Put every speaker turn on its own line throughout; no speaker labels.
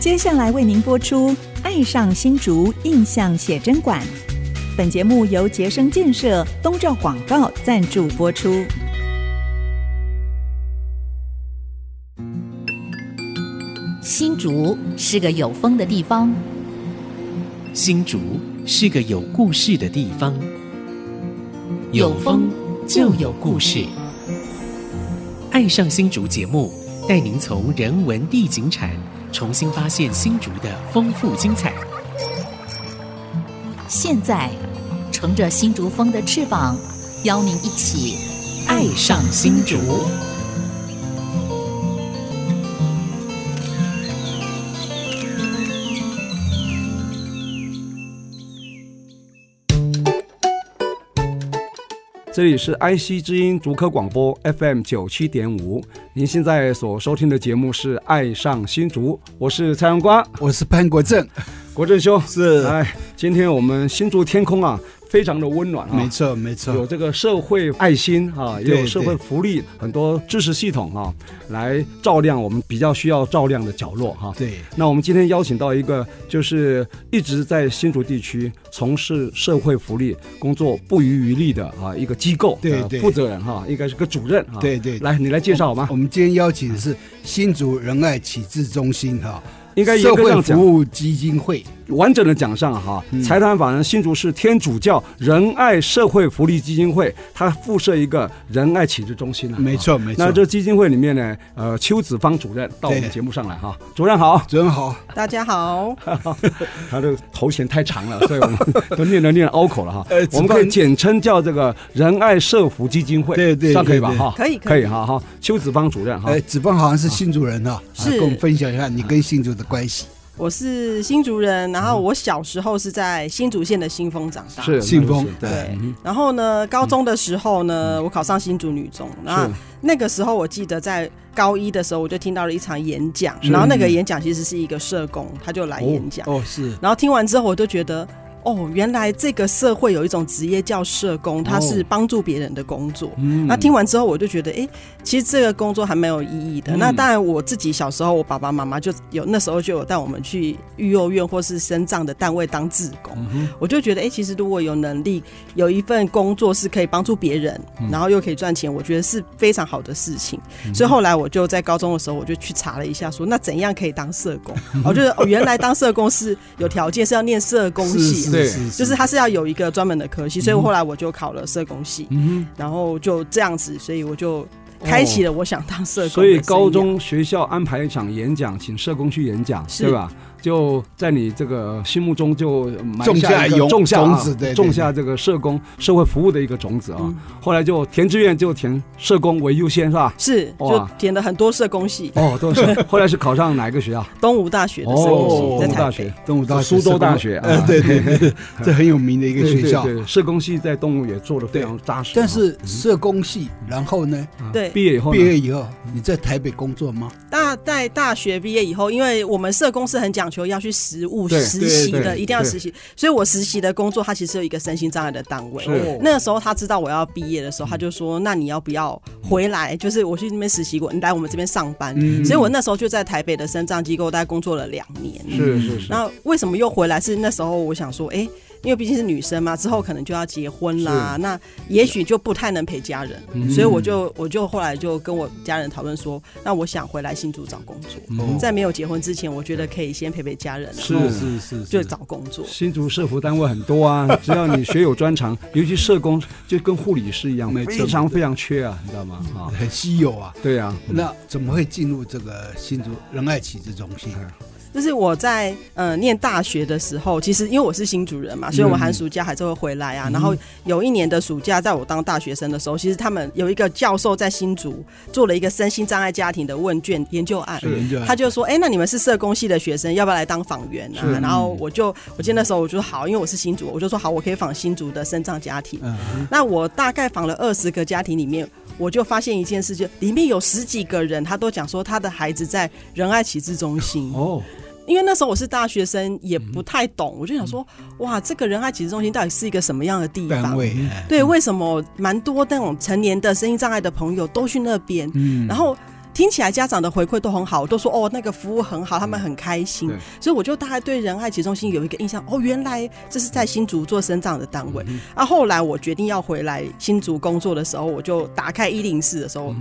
接下来为您播出《爱上新竹印象写真馆》。本节目由杰生建设东照广告赞助播出。
新竹是个有风的地方，
新竹是个有故事的地方，有风就有故事。爱上新竹节目带您从人文地景产重新发现新竹的丰富精彩。
现在乘着新竹风的翅膀，邀您一起
爱上新竹。
这里是 IC 之音竹科广播 FM 九七点五，您现在所收听的节目是《爱上新竹》，我是蔡阳瓜，
我是潘国正，啊
国正兄
是
哎，今天我们新竹天空啊，非常的温暖啊，
没错没错，
有这个社会爱心啊，也有
对
社会福利，很多支持系统啊，来照亮我们比较需要照亮的角落啊哈、
对
那我们今天邀请到一个，就是一直在新竹地区从事社会福利工作不遗余力的啊一个机构呃
对对
负责人哈、应该是个主任啊。
对对哦
来你来介绍好吗
我？们今天邀请的是新竹仁爱启智中心哈，
应该
社
严格
会
上讲，
服务基金会，
完整的讲上哈
嗯，
财团法人新竹市天主教仁爱社会福利基金会，它附设一个仁爱启智中心啊。
没错没错。
那这基金会里面呢，呃，邱子芳主任到我们
对
节目上来哈，主任好，
主任好，
大家好，
他的头衔太长了，所以我们都念了念了拗口了哈
呃。
我们
子芳
可以简称叫这个仁爱社福基金会，
对对
这样可以吧
对对
哈？
可以
可
可以
以哈哈。邱子芳主任哈
哎，，子峰好像是新竹人哈，
是
来跟我们分享一下你跟新竹的关系。
我是新竹人，然后我小时候是在新竹县的新丰长大，
是
信封
那就是对，
对。然后呢，高中的时候呢，
嗯
我考上新竹女中，那那个时候我记得在高一的时候，我就听到了一场演讲，
是
然后那个演讲其实是一个社工，他就来演讲，
哦，是
然后听完之后，我就觉得。哦，原来这个社会有一种职业叫社工，
哦
它是帮助别人的工作。
嗯
那听完之后，我就觉得，哎、其实这个工作还蛮有意义的。
嗯
那当然，我自己小时候，我爸爸妈妈就有那时候就有带我们去育幼院或是深藏的单位当志工。我就觉得，哎、其实如果有能力，有一份工作是可以帮助别人，然后又可以赚钱，我觉得是非常好的事情。所以后来我就在高中的时候，我就去查了一下说那怎样可以当社工？我觉得哦，原来当社工是有条件，是要念社工
是
系。
对
是是，
就是它是要有一个专门的科系，所以我后来我就考了社工系。
嗯
然后就这样子，所以我就开启了我想当
哼，
社工、
哦所以高，中学校安排一场演讲，请社工去演讲，
是
对吧？就在你这个心目中就埋
种下
一个
种
种下啊
种子对对
种下这个社工社会服务的一个种子啊
嗯。
后来就填志愿就填社工为优先是吧？
是
哇
就填了很多社工系，
哦，都是。后来是考上哪个学校？
东吴大学的社
哦，
工系，
东
在
吴大
台
学
北。。
东吴大学，
苏州大学
呃
啊，
对对 对，这很有名的一个
对
学校
对。对，社工系在动物也做的非常扎实啊。
但是社工系，然后呢，
啊
对
毕业以后呢
毕业以后你在台北工作吗？
大在大学毕业以后，因为我们社工是很讲求要去实务
对
实习
对
的，
对
一定要
对
实习，所以我实习的工作它其实有一个身心障碍的单位。
是
那时候他知道我要毕业的时候，他就说：“那你要不要回来？就是我去那边实习过，你来我们这边上班。
嗯
所以我那时候就在台北的深障机构大概工作了两年。
是是是，
那为什么又回来？是那时候我想说，哎、因为毕竟是女生嘛，之后可能就要结婚啦，那也许就不太能陪家人，
嗯
所以我就我就后来就跟我家人讨论说，那我想回来新竹找工作，
嗯
在没有结婚之前，我觉得可以先陪陪家人，然
是
后
是是
就找工作。
新竹社服单位很多啊， 只要你学有专长，尤其社工就跟护理师一样，
没错
非常非常缺啊，你知道吗？啊，
很稀有啊。
对啊，
那怎么会进入这个新竹仁爱启智中心？
就是我在呃念大学的时候，其实因为我是新竹人嘛，所以我寒暑假还是会回来啊。然后有一年的暑假，在我当大学生的时候，其实他们有一个教授在新竹做了一个身心障碍家庭的问卷研究案，
研究案
他就说：“哎、那你们是社工系的学生，要不要来当访员啊？”然后我就我记得那时候我就说好，因为我是新竹，我就说好，我可以访新竹的身障家庭。
嗯，
那我大概访了二十个家庭里面，我就发现一件事，就里面有十几个人，他都讲说他的孩子在仁爱启智中心。
哦，
因为那时候我是大学生，也不太懂，我就想说，哇，这个仁爱启智中心到底是一个什么样的地
单
方？
位
嗯嗯
对，为什么蛮多那种成年的身心障碍的朋友都去那边？然后听起来家长的回馈都很好，都说哦那个服务很好，他们很开心
对，
所以我就大概对仁爱集中心有一个印象，哦，原来这是在新竹做生长的单
嗯
位。啊，后来我决定要回来新竹工作的时候，我就打开一零四的时
嗯
候。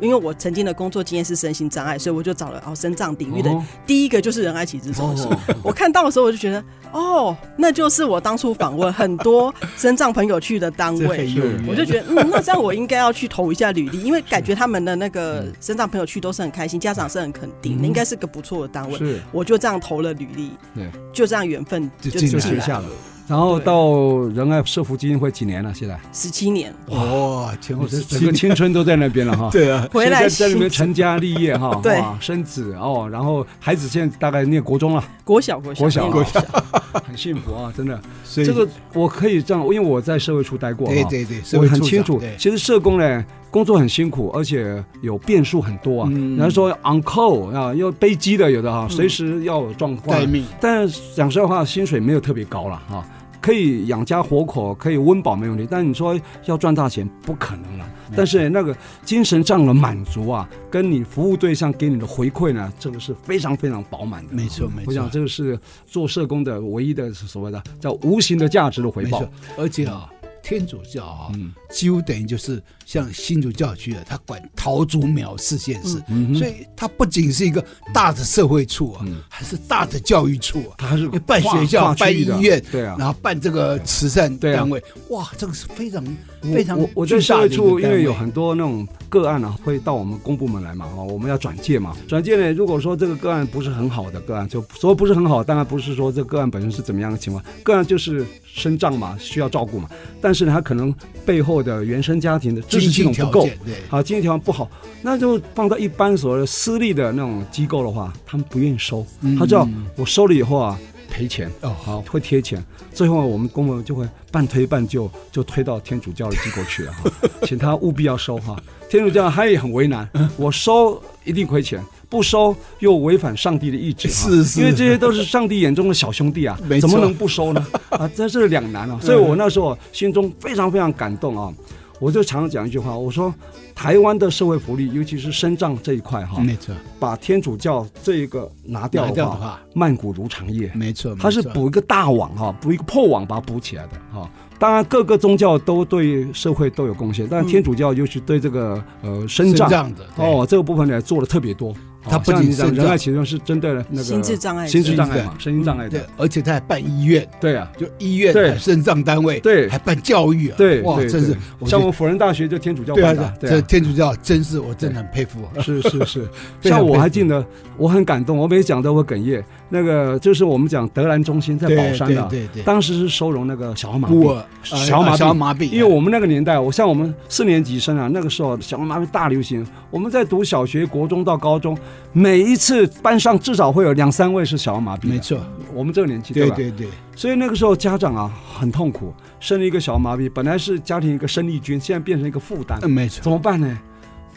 因为我曾经的工作经验是身心障碍，所以我就找了哦，身障领域的
哦
第一个就是仁爱启智中心。
哦
我看到的时候，我就觉得哦，那就是我当初访问很多身障朋友去的单
这
位
很。有
是
缘
我就觉得，嗯，那这样我应该要去投一下履历，因为感觉他们的那个身障朋友去都是很开心，家长是很肯定，
嗯
那应该是个不错的单位。
是
我就这样投了履历，
对，
就这样缘分
就
就
进
就
进
签
来
来
下了。然后
对
到仁爱社福基金会几年了？现在
十七年。
哇，前后是。
整个青春都在那边了哈
对啊，
回来
现在在那边成家立业哈，
对
哇，生子哦，然后孩子现在大概念国中了，
国小国小
国小
念
国
小，
很幸福啊，真的。
所以
这个我可以这样，因为我在社会处待过，
对
哈，
对对，社
我
会
很
处
清
长
楚
对。
其实社工呢，工作很辛苦，而且有变数很多啊。
嗯
人家说 on call 啊，要背机的有的哈，随时要有状况
待。命，
但讲实话，薪水没有特别高了哈，可以养家活口，可以温饱没问题。但你说要赚大钱，不可能了。但是那个精神上的满足啊，跟你服务对象给你的回馈呢，这个是非常非常饱满的。
没错没
我
错
想，这个是做社工的唯一的所谓的叫无形的价值的回
没
报
错。，而且啊。天主教啊
嗯，
几乎等于就是像新主教区啊，他管桃竹苗四县市，
嗯
所
哼，
以它不仅是一个大的社会处啊，
嗯
还是大的教育处啊，
他还是
办
跨
学校、
跨
办
区域
医
的
院，
对啊。
然后办这个慈善
对啊
单位，哇，这个是非常
我
非常
我我在
巨
社
大
会
的一个单
处，
位
因为有很多那种个案啊，会到我们公部门来嘛，哦，我们要转介嘛。转介呢，如果说这个个案不是很好的个案，就说不是很好，当然不是说这个案本身是怎么样的情况，个案就是身障嘛，需要照顾嘛。但是呢，他可能背后的原生家庭的支持
经
系
济
统
条
不够
件，对，
啊，经济条件不好，那就放到一般所谓的私立的那种机构的话，他们不愿意收，他知道
嗯
我收了以后啊赔钱。
哦
好
好，
会贴钱，最后我们公文就会半推半就，就推到天主教的机构去了哈， 请他务必要收哈。天主教他也很为难，我收一定亏钱，不收又违反上帝的意志哈，
是是
因为这些都是上帝眼中的小兄弟啊
没，
怎么
错
能不收呢？啊，这是两难 啊。所以我那时候心中非常非常感动啊，我就常常讲一句话，我说台湾的社会福利，尤其是身障这一块哈，
没错，
把天主教这一个拿掉
嗯掉
的
的
话，
话，嗯
曼谷如常夜。
没错，
它是
没错
补一个大网哈，补一个破网把它补起来的哈。当然，各个宗教都对社会都有贡献，但
嗯
天主教尤其对这个呃身
身
障
障的，对
哦这个部分呢做的特别多。
它
哦
不
像
仅
你讲
身
仁
障
爱其中是针对了那个
心智障碍者
心智障碍嘛，身心障碍
对嗯
的，，
而且他还办医院，
对啊，
就医院
对
还肾脏单位，
对
还办教育啊，
对
哇，
对
真是
对
我
像
觉
我
得
们辅仁大学就天主教
对啊
办
对
的
啊，，
对
这
啊。
天主教真是我真的很佩服啊，
是是是，
非 常
像我还
佩服
记得，我很感动，我每讲都会哽咽。那个就是我们讲德兰中心在
对
宝山的啊，
对对对，
当时是收容那个小儿麻
我
痹，
呃
小麻痹
小麻痹，
因为我们那个年代，我像我们四年级生啊，那个时候小儿麻痹大流行。我们在读小学、国中到高中，每一次班上至少会有两三位是小儿麻痹
没
的。
错，
我们这个年纪，
对
吧？
对对，
所以那个时候家长啊很痛苦，生了一个小儿麻痹，本来是家庭一个生力军，现在变成一个负担，
嗯，没错，
怎么办呢？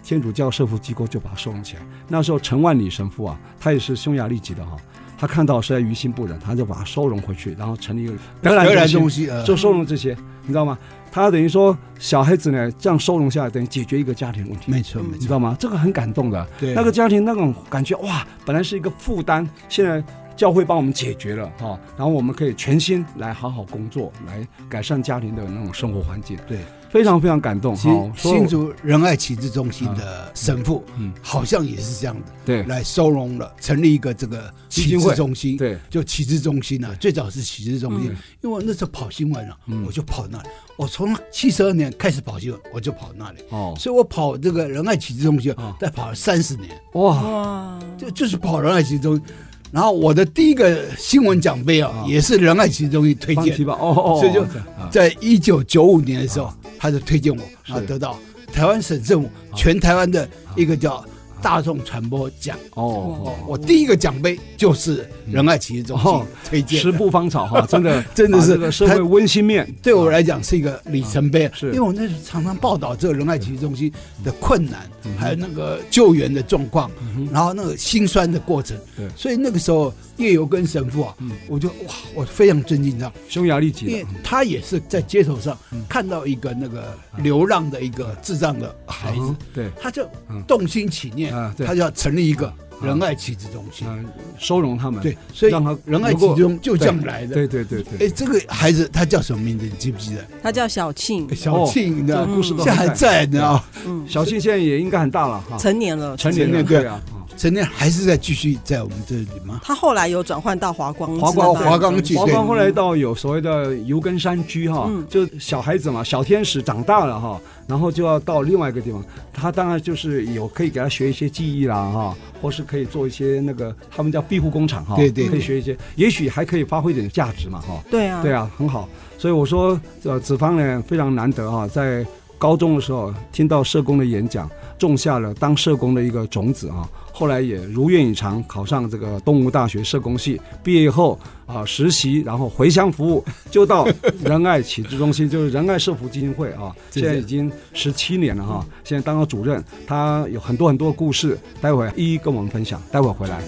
天主教社福机构就把它收容起来。那时候陈万里神父啊，他也是匈牙利籍的哈、他看到实在于心不忍，他就把它收容回去，然后成立一个德兰
荷兰
中心
东。西呃，
就收容这些，你知道吗？他等于说小孩子呢，这样收容下来，等于解决一个家庭问题，
没错没
你知
错，
道吗？这个很感动的。
对
那个家庭那种感觉，哇，本来是一个负担，现在教会帮我们解决了哈、然后我们可以全心来好好工作，来改善家庭的那种生活环境，
对。
非常非常感动
其
哈。
实
所以
新竹仁爱启智中心的神父，
嗯
好像也是这样的，
对
来收容了，成立一个这个
基
启
金会
智中心，
对
就启智中心啊，最早是启智中心，
嗯
因为我那时候跑新闻啊，
嗯
我就跑那里，我从七十二年开始跑新闻，我就跑那里，
哦
所以我跑这个仁爱启智中心啊
哦，
再跑了三十年，
哇
哇，
就就是跑仁爱启智中心，然后我的第一个新闻奖杯啊
哦，
也是仁爱启智中心推
帮
荐
提，吧哦哦，
所以就
啊
在一九九五年的时候，他就推荐我
是啊
啊，得到台湾省政府全台湾的一个叫大众传播奖。
哦
我第一个奖杯就是仁爱启智中
哦
心推
哦，
荐
食
的。
不方草 哈，真的
真的
把
是
这个社
他
会温馨面，
对我来讲是一个里程碑，
啊是
因为我那时候常常报道这个仁爱启智中心的困难，
嗯
还有那个救援的状况，然后那个心酸的过程
对。
所以那个时候叶游跟神父啊，
嗯
我就哇，我非常尊敬他，
匈牙利
因
籍的嗯
为他也是在街头上看到一个那个流浪的一个智障的孩子
嗯，对
他就
嗯
动心起念，面
啊，对
他就要成立一个仁爱启智中心。
嗯、收容他们，
对，所以
让他
仁爱
能
启
够
智中就这样来的。
对对对对，哦
哎，这个孩子他叫什么名字？你记不记得？
他叫小 庆，
小庆
这
的嗯
个，故事
现
都
在还
很
在呢啊，
嗯，
小庆现在也应该很大了哈，
成年了，
成年
了
了
对
对啊，啊
陈天还是在继续在我们这里吗？
他后来有转换到华光，
华光
知道吧
华光剧
华
对
光后来到有所谓的游根山居哈
嗯，
就小孩子嘛，小天使长大了哈，然后就要到另外一个地方，他当然就是有可以给他学一些技艺啦哈，或是可以做一些那个他们叫庇护工厂哈，
对对
可以学一些，也许还可以发挥一点价值嘛哈，
对啊，
对
啊，
啊，很好。所以我说，呃，子方呢非常难得哈、在高中的时候听到社工的演讲，种下了当社工的一个种子啊。后来也如愿以偿，考上这个东吴大学社工系，毕业后啊、实习，然后回乡服务，就到仁爱启智中心，就是仁爱社福基金会啊，
是
现在已经十七年了哈、啊现在当了主任，他有很多很多故事，待会儿一一跟我们分享，待会儿回来。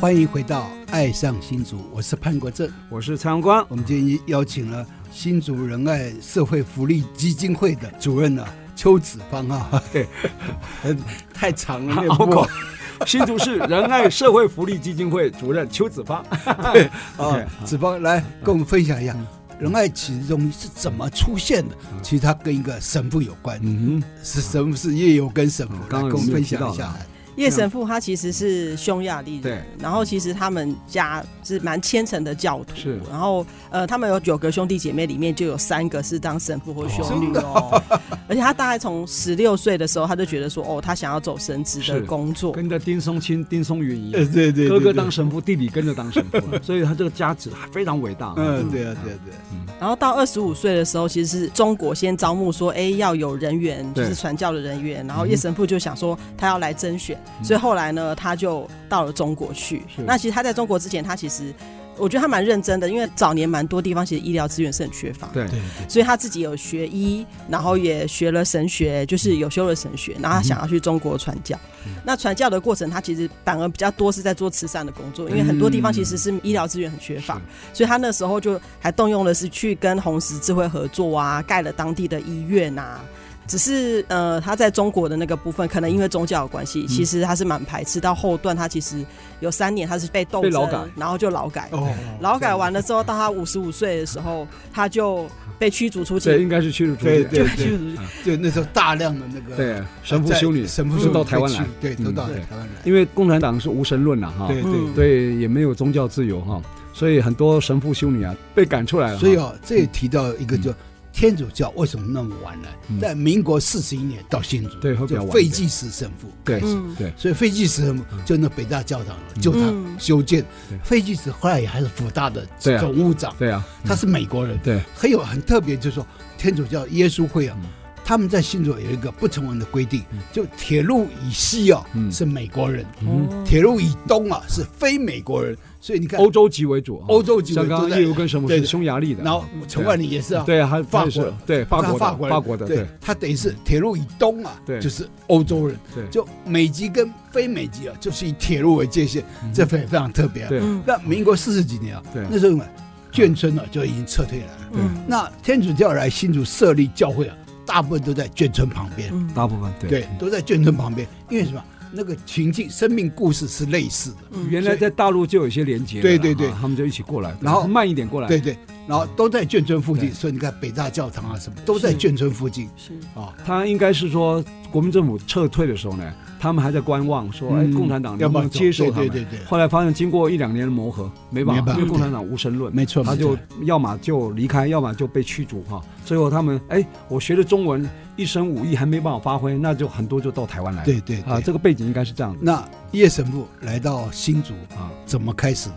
欢迎回到《爱上新竹》，我是潘国正。
我是蔡阳光，
我们今天邀请了新竹仁爱社会福利基金会的主任啊，邱子芳啊，
对，
太长 了，啊念
拗
不
口
过。
新竹市仁爱社会福利基金会主任邱子发。
啊
OK，，
子芳来跟我们分享一下仁爱启智中心是怎么出现的？其实它跟一个神父有关，
嗯
是神父是夜游跟神父，
嗯
来
刚刚
跟我们
有
分
提到
享一下
了。
叶神父他其实是匈牙利
嗯对
人，然后其实他们家是蛮虔诚的教徒，
是
然后呃，他们有九个兄弟姐妹，里面就有三个是当神父或修女 哦，而且他大概从十六岁的时候，他就觉得说，哦，他想要走神职
是
的工作，
跟着丁松青、丁松云一
呃，
样，
对对，
哥
对
哥
对
当神父，弟弟跟着当神 父，所以他这个家族非常伟大。
嗯，对啊，对啊，对啊，
然后到二十五岁的时候，其实是中国先招募说，哎，要有人员，就
对嗯
是传教的人员。然后叶神父就想说，他要来甄选，所以后来呢，他就到了中国去
是。
那其实他在中国之前，他其实我觉得他蛮认真的，因为早年蛮多地方其实医疗资源是很缺乏。
对
对
所以他自己有学医，然后也学了神学，就是有修了神学，然后他想要去中国传教。
嗯
那传教的过程，他其实反而比较多是在做慈善的工
嗯
作，因为很多地方其实是医疗资源很缺乏，所以他那时候就还动用了是去跟红十字会合作啊，盖了当地的医院啊。只是呃，他在中国的那个部分，可能因为宗教的关系，其实他是蛮排斥。到后段，他其实有三年他是被斗
被
争，
劳改
然后就劳改。
哦，
劳改完了之后，到他五十五岁的时候，他就被驱逐出
这
境。
应该是去入主
对对
对
对，对，那时候大量的那个
对，神父
在
修女
神父
都到台湾来
被驱，对，都
嗯
到
对
台湾来，
因为共产党是无神论了哈，
对对
嗯
对，也没有宗教自由哈，所以很多神父修女啊被赶出来了哈。
所以哦，这也提到一个叫天主教为什么那么晚呢
嗯？
在民国四十一年到新竹，
对会比较
就
晚
废
一点
济时神父，
对
嗯
对
所以废济时神父就那北大教堂就
嗯
他修建
对。
废济时后来也还是辅大的
对啊
总务长，
对啊，
他是美国人，
对
很有很特别，就是说天主教耶稣会啊
嗯，
他们在新竹有一个不成文的规定
嗯，
就铁路以西啊
嗯
是美国人，
嗯
哦
铁路以东啊是非美国人，所以你看
欧洲籍为主啊，
欧洲籍为
像
主
刚刚
对
叶如跟神父
对
是
对
匈牙利的，
然后陈万里也是啊，
对啊，还
法国
是对法
他
国
法
的
国人
法国的对
他等于是铁路以东啊，
对
就是欧洲人，
对
就美籍跟非美籍啊，就是以铁路为界限，这非非常特别啊。
嗯对
嗯
那民国四十几年啊，
对
那时候啊眷村呢、就已经撤退了。
嗯
那天主教来新竹设立教会啊，大部分都在眷村旁边，
嗯
大部分对
对，都在眷村旁边，因为什么？那个情境、生命故事是类似的，
嗯
原来在大陆就有一些连接了啦，
对对对
哈他们就一起过来，
然后
慢一点过来，
对对。然后都在眷村附近，
对
所以你看北大教堂啊什么，都在
是
眷村附近
是
啊。
他应该是说国民政府撤退的时候呢，他们还在观望，说哎，
嗯
共产党
要
能
不
不
要
能
走
接受他们？
对对对对，
后来发现经过一两年的磨合，没办
没
法，
办法
因为共产党无神论，
没错，
他
没
就
错
要么就离开，要么就被驱逐哈。最后他们哎，我学的中文一身武艺还没办法发挥，那就很多就到台湾来了。
对对
啊，
对
这个背景应该是这样的
那叶神父来到新竹
啊，
怎么开始的？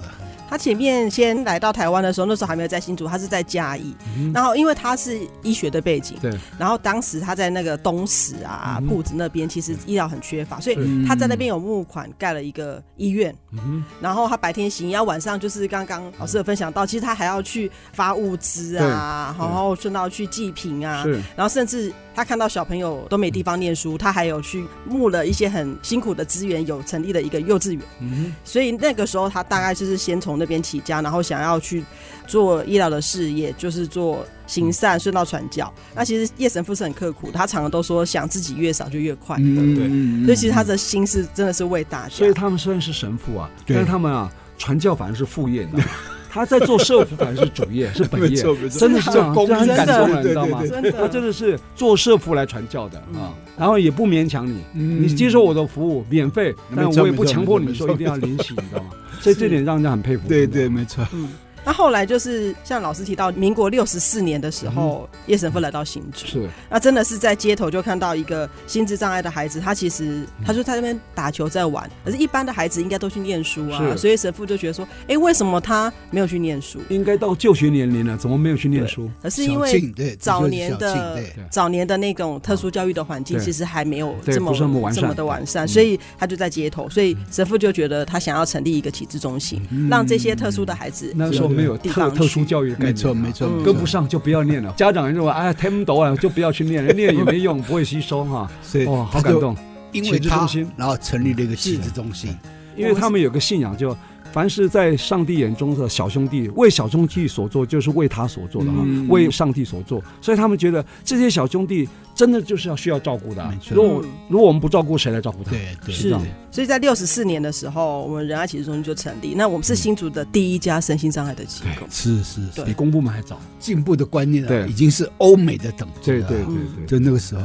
他前面先来到台湾的时候，那时候还没有在新竹，他是在嘉义。
嗯
然后因为他是医学的背景，
对，
然后当时他在那个东石啊、
嗯
铺子那边，其实医疗很缺乏，所以他在那边有募款盖了一个医院。
嗯
然后他白天行医，要晚上就是刚刚老师有分享到，其实他还要去发物资啊，
对
然后顺道去祭品啊
哼，，是
然后甚至他看到小朋友都没地方念书，他还有去募了一些很辛苦的资源，有成立了一个幼稚园。
嗯
所以那个时候，他大概就是先从那边起家，然后想要去做医疗的事业，就是做行善，顺道传教。
嗯
那其实叶神父是很刻苦，他常常都说想自己越少就越快，
嗯，
对
嗯
所以其实他的心是真的是为大家
所以。他们虽然是神父啊，
对
但是他们啊，传教反而是副业，你知道吗？他在做社福反而是主业，是本
没
业
错没，错
真的是这样，这
这公
样很
真的
感动人，你
对
知道吗
对？
真
他
的，
真的是做社服来传教的啊，然后也不勉强你，
嗯
你接受我的服务免费，
没
但
错
我也
没
不
错
强
没
迫
错
你
没
说
错
一定要领洗，你知道吗？所以这点让人家很佩服。
对对，没错，
嗯，那后来就是像老师提到，民国六十四年的时候，
嗯
叶神父来到新竹，
是
那真的是在街头就看到一个心智障碍的孩子，他其实他就在那边打球在玩，可是一般的孩子应该都去念书啊，
是
所以神父就觉得说，哎、为什么他没有去念书？
应该到就学年龄了，怎么没有去念书？
可是因
小
为
庆对
早年
这就是小
的
庆对
早年的那种特殊教育的环境，
对
其实还没有
对
这么
不是那么完善
这么的完善，
嗯
所以他就在街头，所以神父就觉得他想要成立一个启智中心，让这些特殊的孩子
嗯那时候没有
地
特
方
特殊
去
教育的概念啊，
没错没错，
嗯
没错
跟不，上就不要念了。家长认为哎听不懂啊，就不要去 念了，念也没用，不会吸收哈。
所以
哦哇，好
他
感
就
动，
因为
启智中
他
心，嗯
然后成立了一个启
是
智中心，
因为他们有个信仰，就凡是在上帝眼中的小兄弟，为小兄弟所做，就是为他所做的哈，
嗯
为上帝所做。所以他们觉得这些小兄弟真的就是要需要照顾的啊、
没错
如果
嗯
如果我们不照顾，谁来照顾他？
对对
是这样
对
所以在六十四年的时候，我们仁爱启智中心就成立。那我们是新竹的第一家身心障碍的机构。
是是是
对
比公部门还早。
进步的观念
对
啊，已经是欧美的等级了，
啊嗯
对
就那个时候，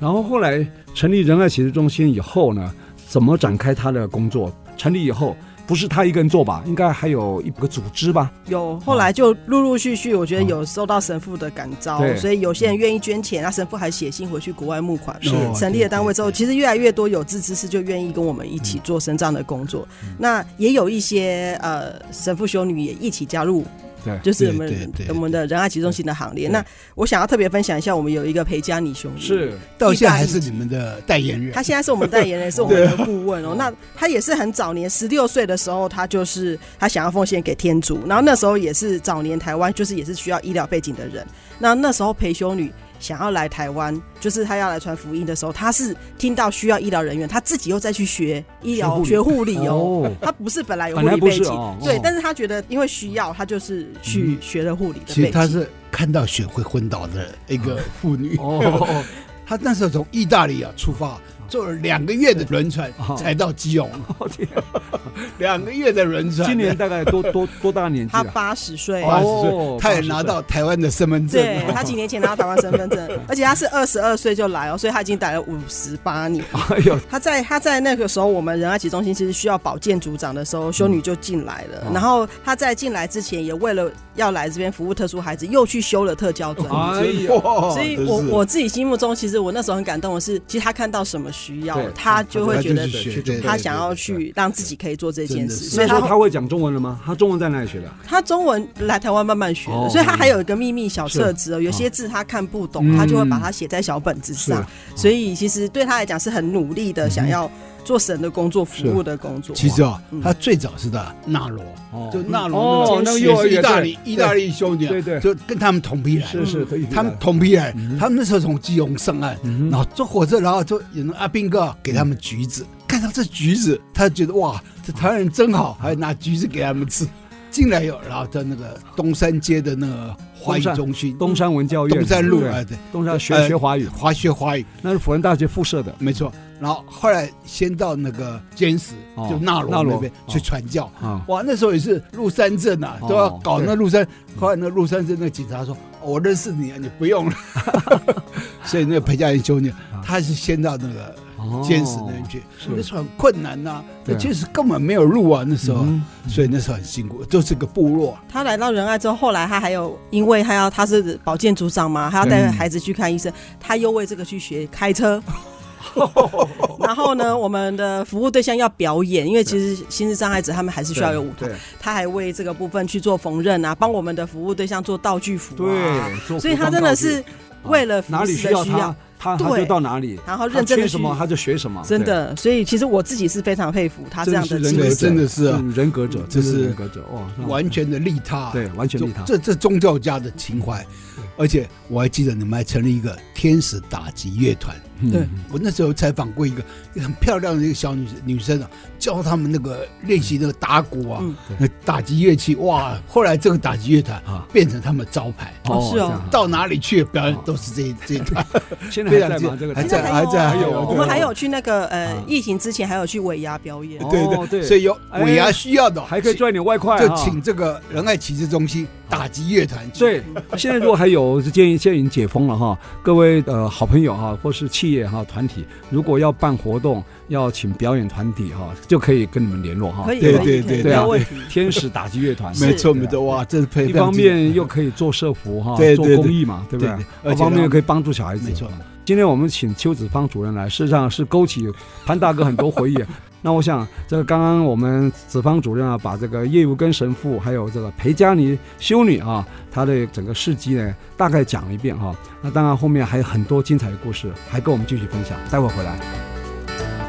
然后后来成立仁爱启智中心以后呢，怎么展开他的工作？成立以后。不是他一个人做吧？应该还有一个组织吧？
有后来就陆陆续续，我觉得有受到神父的感召，
嗯对
所以有些人愿意捐钱，那神父还写信回去国外募款。
是哦
成立了单位之后，
对对对
其实越来越多有志之士就愿意跟我们一起做身障的工作。
嗯
那也有一些呃神父修女也一起加入
对
就是我们
对对对
我们的仁爱集中心的行列。
对
那我想要特别分享一下，我们有一个裴佳妮修女，
到现在还是你们的代言人
他，现在是我们代言人，也是我们的
啊
顾问哦。那他也是很早年，十六岁的时候，他就是他想要奉献给天主，然后那时候也是早年台湾就是也是需要医疗背景的人。那那时候裴修女想要来台湾，就是她要来传福音的时候，她是听到需要医疗人员，她自己又再去学医疗
学
学
护
护理哦。
哦，
她不是本来有护
本来
理
不
背
是
景，
哦嗯
对
哦，
但是她觉得因为需要，她就是去学了护理的背
其
景。
实她是看到血会昏倒的一个妇女，
啊哦，
她那时候从意大利啊出发，坐了两个月的轮船
哦
才到基隆，
哦天，
两个月的轮船，
今年大 概多多多大年纪
她
啊？
八十岁，
八十
哦
岁，她也
80
拿
岁
到台湾的身份证哦
对
了，
他几年前拿到台湾身份证，而且他是二十二岁就来哦，所以他已经待了五十八年。
哎 呦，
他在他在那个时候，我们仁爱集中心其实需要保健组长的时候，修女就进来了。
嗯
然后他在进来之前，也为了要来这边服务特殊孩子，又去修了特教证。
哎呦，
哇
所以
哦真
我
是
我自己心目中，其实我那时候很感动的是，其实他看到什么需要
对，
他就会
她
觉
就
得
是学
对
对
他想要
对对
去让自己可以做这件
真的
事，
是
所以
那时
他
候他会讲中文了吗？他中文在哪里学的？
他中文来台湾慢慢学的，
哦
所以他还有一个秘密小册子哦，有些字他看不懂，
嗯
他就会把它写在小本子上。
嗯
所以其实对他来讲是很努力的，想要做神的工作、服务的工作。
其实啊
嗯，
他最早是的纳罗
哦，
就纳
哦
罗
那个
个
幼儿园
也是意大利
对
意大利兄弟啊，
对对
就跟他们同批来
是
的，
是，可以嗯
他们同批来，他们那时候从基隆上岸，
嗯哼
然后坐火车，然后就有人阿兵哥给他们橘子，
嗯
看到这橘子，他就觉得哇，这台湾人真好，还拿橘子给他们吃。进来有，然后在那个东山街的那个华语中心，
东山文教院，
东山路
对
啊，对，
东山学
呃
学华语，
华学华语，
那是辅仁大学附设的。
没错。然后后来先到那个坚石，
哦
就纳
纳
罗
罗
那边
哦
去传教。
啊，
哇，那时候也是陆山镇啊，
哦
都要搞那陆山。
对嗯
后来那陆山镇那警察说：“哦我认识你，啊，你不用 了。”所以那个裴家园修女，她是先到那个监视那边去，
啊哦是
那时候很困难呐、
对
那
啊
监视根本没有路啊，那时候，
嗯
所以那时候很辛苦，就是个部落。
他来到仁爱之后，后来他还有，因为他要他是保健组长嘛，他要带孩子去看医生，他又为这个去学 开车。然后呢，我们的服务对象要表演，因为其实心智障碍者他们还是需要有舞台
对，
他还为这个部分去做缝纫啊，帮我们的服务对象做道具服、啊。
对，做
所以
服
他
装
真
道
的
具
是
啊
为了服
哪里
侍
需
的
要
需
他
要，，
他他就
对
到哪里，
然后
他
认真
缺
的
什么他就学什么，
真的，所以其实我自己是非常佩服他
对
这样的
真
精
是人格
对
者，
神。
真的是啊
嗯人格者，真
这
的
是
人格者哇，那
完全的利他，
嗯对，完全利他，
这这宗教家的情怀。而且我还记得你们还成立一个天使打击乐团。
嗯
对
我那时候采访过一个很漂亮的一个小女女生啊，教他们那个练习那个打鼓啊，
嗯
那打击乐器。哇，后来这个打击乐团
啊
变成他们招牌，
哦
这
是哦
样啊
到哪里去表演都是这一这一团。
现在还在吗？这个
还
现在
在
还
还
有
在，
啊
还有
哦
我们还有去那个呃
啊，
疫情之前还有去尾牙表演
哦，
对对
对
对，所以有尾牙需要的
还可以赚点外快
就
啊
请这个仁爱启智中心打击乐团去。
对，现在如果还有建议，现在已经解封了哈，各位呃好朋友哈，或是企业哈团体，如果要办活动，要请表演团体哈，就可以跟你们联络哈
可。以
对
可
对
以可以
对
没
对啊
有问题。
天使打击乐团，
是
没错
对啊
没错，哇，这是非
一
常
方面又可以做社服哈，
对
做
对对
公益嘛，对不
对
对？
对而
二
且
方面
呢
又可以帮助小孩子。
没错，
今天我们请邱子芳主任来，事实上是勾起潘大哥很多回忆。 那我想，这个刚刚我们子芳主任啊，把这个业务跟神父，还有这个裴佳妮修女啊，她的整个事迹呢，大概讲了一遍哈、那当然后面还有很多精彩的故事，还跟我们继续分享。待会儿回来。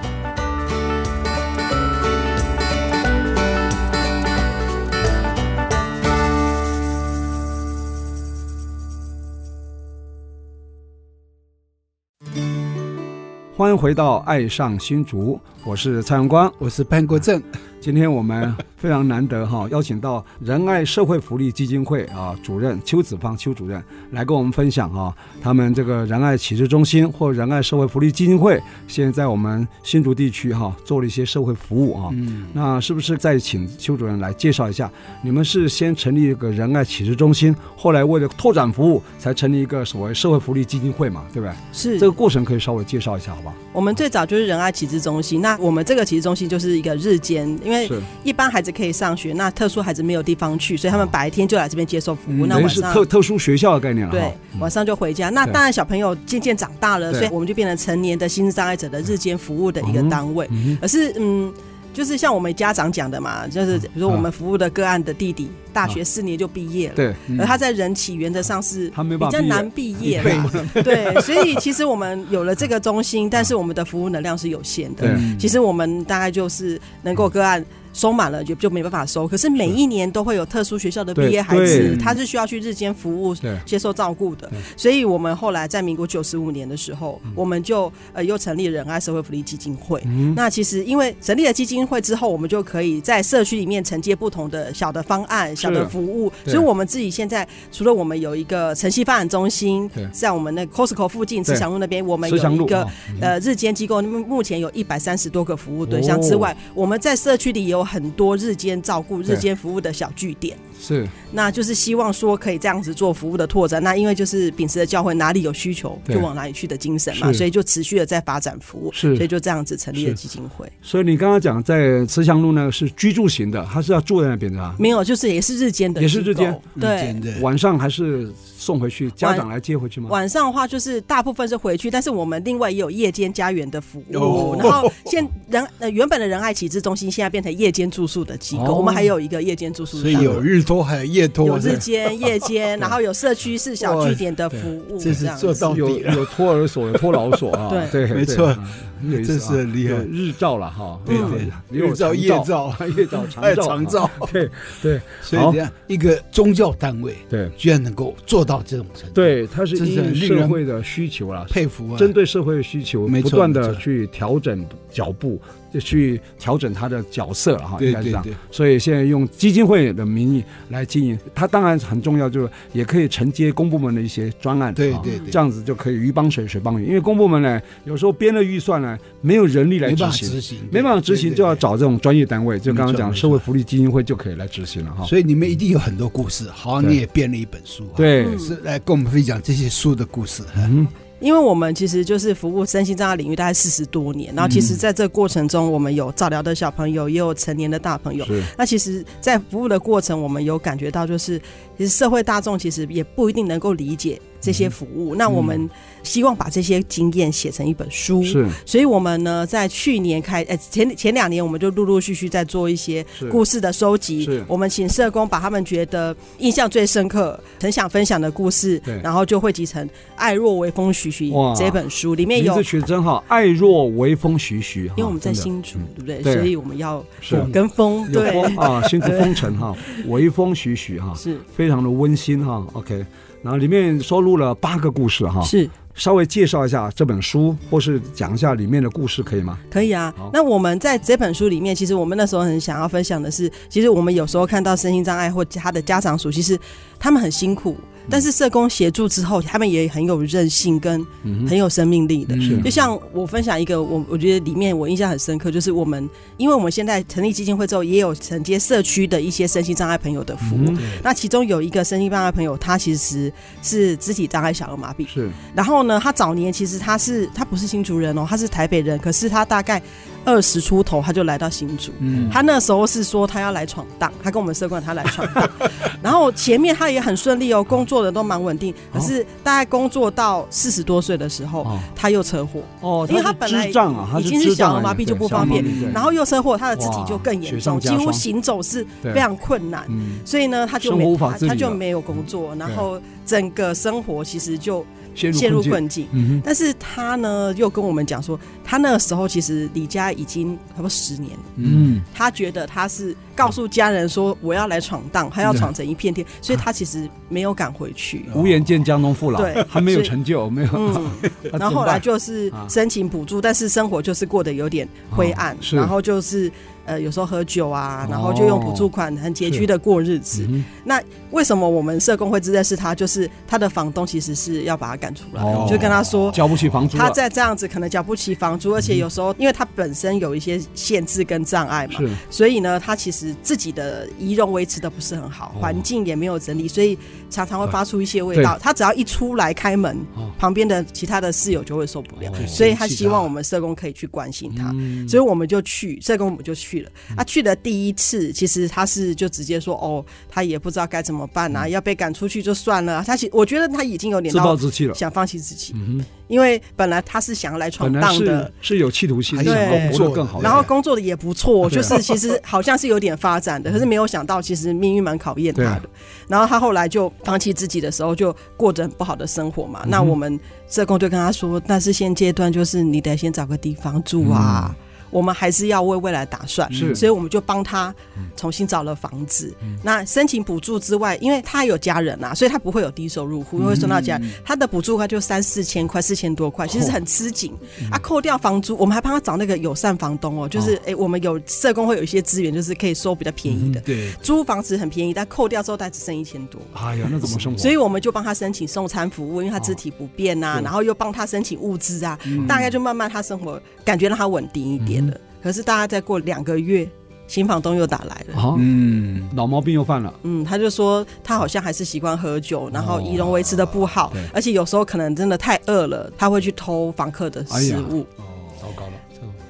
欢迎回到《爱上新竹》，我是蔡荣光。
我是潘国正，
今天我们非常难得哈，邀请到仁爱社会福利基金会啊主任邱子芳邱主任来跟我们分享啊，他们这个仁爱启智中心或仁爱社会福利基金会现在在我们新竹地区哈、做了一些社会服务啊。
嗯，
那是不是再请邱主任来介绍一下？你们是先成立一个仁爱启智中心，后来为了拓展服务，才成立一个所谓社会福利基金会嘛，对不对？
是
这个过程可以稍微介绍一下，好不好？
我们最早就是仁爱启智中心，那我们这个启智中心就是一个日间，因为
是，
一般孩子可以上学，那特殊孩子没有地方去，所以他们白天就来这边接受服务，
嗯
那
等于
晚
是
上
特特殊学校的概念了
对
哈。，
晚上就回家。那
嗯对
当然，小朋友渐渐长大了，
对
所以我们就变成成年的心智障碍者的日间服务的一个单位。
嗯哼
可是，嗯，就是像我们家长讲的嘛，
嗯
就是比如说我们服务的个案的弟弟，大学四年就毕业了。
对，嗯
嗯
而他在人起原则上是
他没
比
办法
较
毕业
难毕业啦， 对，所以其实我们有了这个中心，但是我们的服务能量是有限的。
嗯
对
其实我们大概就是能够个案收满了，就就没办法收。可是每一年都会有特殊学校的毕业孩
对
子
对，
他是需要去日间服务
对、
接受照顾的
对。
所以我们后来在民国九十五年的时候，我们就呃又成立仁爱社会福利基金会。
嗯，
那其实因为成立了基金会之后，我们就可以在社区里面承接不同的小的方案、小的服务，
对
所以我们自己现在除了我们有一个城西发展中心
对，
在我们那个 Costco 附近
对
慈祥路那边，我们
慈
有
祥
一
路
个
哦
呃日间机构，目目前有一百三十多个服务对
哦
象之外，我们在社区里也有很多日间照顾、
对
日间服务的小据点。
是
那就是希望说可以这样子做服务的拓展。那因为就是秉持着教会哪里有需求
对
就往哪里去的精神嘛，
是
所以就持续的在发展服务，
是
所以就这样子成立了
是
基金会。
所以你刚刚讲在慈祥路呢是居住型的，他是要住在那边的啊，
没有，就是也是日间的机
也
构，
是日间
对。
对
晚上还是送回去，家长来接回去吗？
晚上的话，就是大部分是回去，但是我们另外也有夜间家园的服务。
哦
然后现人呃原本的仁爱启智中心，现在变成夜间住宿的机构。
哦
我们还有一个夜间住宿的
所
单
以
位，
有日托还有夜
有
托，
日间、夜 间，然后有社区式小据点的服务，
这是
样
做
子
到
有
底了。
有托儿所、有托老所啊，
对
对，
啊没错
对，嗯有意思啊
真是厉害
有日照了哈，
对
啊
对
也有
日照
长
夜照
夜照
还
长
有哎长
照啊，
照，
对对
所以这样一个宗教单位
对
居然能够做到这种程度，，
对，它是
真是
因应
令
社
人
会的需求啦，
佩服啊！
针对社会的需求，
没
不
错
断
没
的
错
去调整脚步，就去调整他的角色了哈，应
对
该是这
对
样。
对，
所以现在用基金会的名义来经营，它当然很重要，就是也可以承接公部门的一些专案，
对
啊
对对
这样子就可以鱼帮水，水帮鱼。因为公部门呢，有时候编了预算呢，没有人力来
没
执
办法
行，
执行，
没办法执行，
对
就要。找这种专业单位，就刚刚讲
没错
社会福利基金会就可以来执行了哈
对对。所以你们一定有很多故事，好，
对
你也编了一本书，，啊
对，
嗯
是来跟我们分享这些书的故事。
嗯，
因为我们其实就是服务身心障碍领域大概四十多年，然后其实在这过程中，我们有早疗的小朋友，也有成年的大朋友。
是
那其实，在服务的过程，我们有感觉到，就是其实社会大众其实也不一定能够理解这
嗯
些服务。那我们希望把这些经验写成一本书，
是
所以我们呢，在去年开，呃，前前两年我们就陆陆续续在做一些
是
故事的收集
是。
我们请社工把他们觉得印象最深刻、很想分享的故事
对，
然后就汇集成《爱若微风徐徐
哇》
这本书，里面
名
有
字，取得真好，爱若微风徐徐，
因为我们
哈
在
真的
新竹，对不对？
嗯对
所以我们要
是
跟风，
有
对
风，啊，新竹风尘哈，微风徐徐哈，
是。
非常的温馨哈。OK，然后里面收录了八个故事哈，
是
稍微介绍一下这本书，或是讲一下里面的故事，可以吗？
可以啊
好。
那我们在这本书里面，其实我们那时候很想要分享的是，其实我们有时候看到身心障碍或他的家长属，其实他们很辛苦，但是社工协助之后，他们也很有韧性跟
嗯
很有生命力的。
是
就像我分享一个，我我觉得里面我印象很深刻，就是我们因为我们现在成立基金会之后，也有承接社区的一些身心障碍朋友的服务。
嗯
那其中有一个身心障碍朋友，他其实是肢体障碍小儿麻痹，
是
然后呢，他早年其实他是他不是新竹人哦，他是台北人，可是他大概二十出头他就来到新竹。
嗯，
他那时候是说他要来闯荡，他跟我们社管他来闯荡， 然后前面他也很顺利哦，工作的都蛮稳定。可是大概工作到四十多岁的时候，
哦
他又车祸，
哦，
因为
他
他
是
本来
智障啊，他
已
是
经是
智障
小儿麻
癌
痹
对
就不
小儿
方
麻
便
痹对
然后又车祸，他的肢体
哇
就更严
雪
重，
上加
几乎
霜
行走是
对
非常困难。
嗯，
所以呢，他就
生活
没
无法
他
自理
他就
了
没有工作，然后整个生活其实就
嗯陷入
陷入
困境
困境。
嗯
但是他呢，又跟我们讲说，他那个时候其实离家已经差不多十年了。
嗯，
他觉得他是告诉家人说我要来闯荡，他要闯成一片天，所以他其实没有敢回 去。
嗯无颜见江东父老，
对
还没有
所以
成就，没有，
嗯，
他
然后后来
怎么
就是
啊
申请补助，但是生活就是过得有点灰暗
哦，是
然后就是呃有时候喝酒啊
哦，
然后就用补助款很拮据的过日子
办。嗯
那为什么我们社工会知道是他？就是他的房东其实是要把他赶出来，
哦
就跟他说
交不起房租了，
他再这样子可能缴不起房租，而且有时候因为他本身有一些限制跟障碍嘛，
是
所以呢，他其实自己的仪容维持的不是很好
哦，
环境也没有整理，所以常常会发出一些味道。他只要一出来开门
哦，
旁边的其他的室友就会受不了
哦，
所以他希望我们社工可以去关心他。
嗯
所以我们就去，社工我们就去了。啊，去的第一次，其实他是就直接说，哦，他也不知道该怎么办啊，要被赶出去就算了啊。他其我觉得他已经有点
嗯自暴
到
自弃了。
想放弃自己，
嗯哼，
因为本来他是想要来
本
闯
来
荡
是
的，
是有企图心，
还
想
想
要
工
活得
作
更
的
好一点，
然后工作的也不错，
对
就
啊嗯
是其实好像是有点发展的，可是没有想到其实命运蛮考验他
对啊
的。然后他后来就放弃自己的时候，就过着很不好的生活
嗯
嘛。那我们社工就跟他说，但是现阶段就是你得先找个地方住啊。我们还是要为未来打算，
嗯是嗯
所以我们就帮他重新找了房子。那申请补助之外，因为他有家人啊，所以他不会有低收入户，因为送到家人，他的补助他就三四千块，四千多块，其实很吃紧。啊，扣掉房租，我们还帮他找那个友善房东哦，就是哎、诶我们有社工会有一些资源，就是可以收比较便宜的。
嗯对，
租房子很便宜，但扣掉之后，大概只剩一千多。
哎呀，那怎么生活？
所以我们就帮他申请送餐服务，因为他肢体不便啊，
对
然后又帮他申请物资啊，大概就慢慢他生活感觉让他稳定一点了。可是大概再过两个月，新房东又打来了。
啊，
嗯，
老毛病又犯了，
嗯，他就说他好像还是习惯喝酒，然后仪容维持的不好
哦对，
而且有时候可能真的太饿了，他会去偷房客的
哎
食
呀
物。
哦，糟糕了，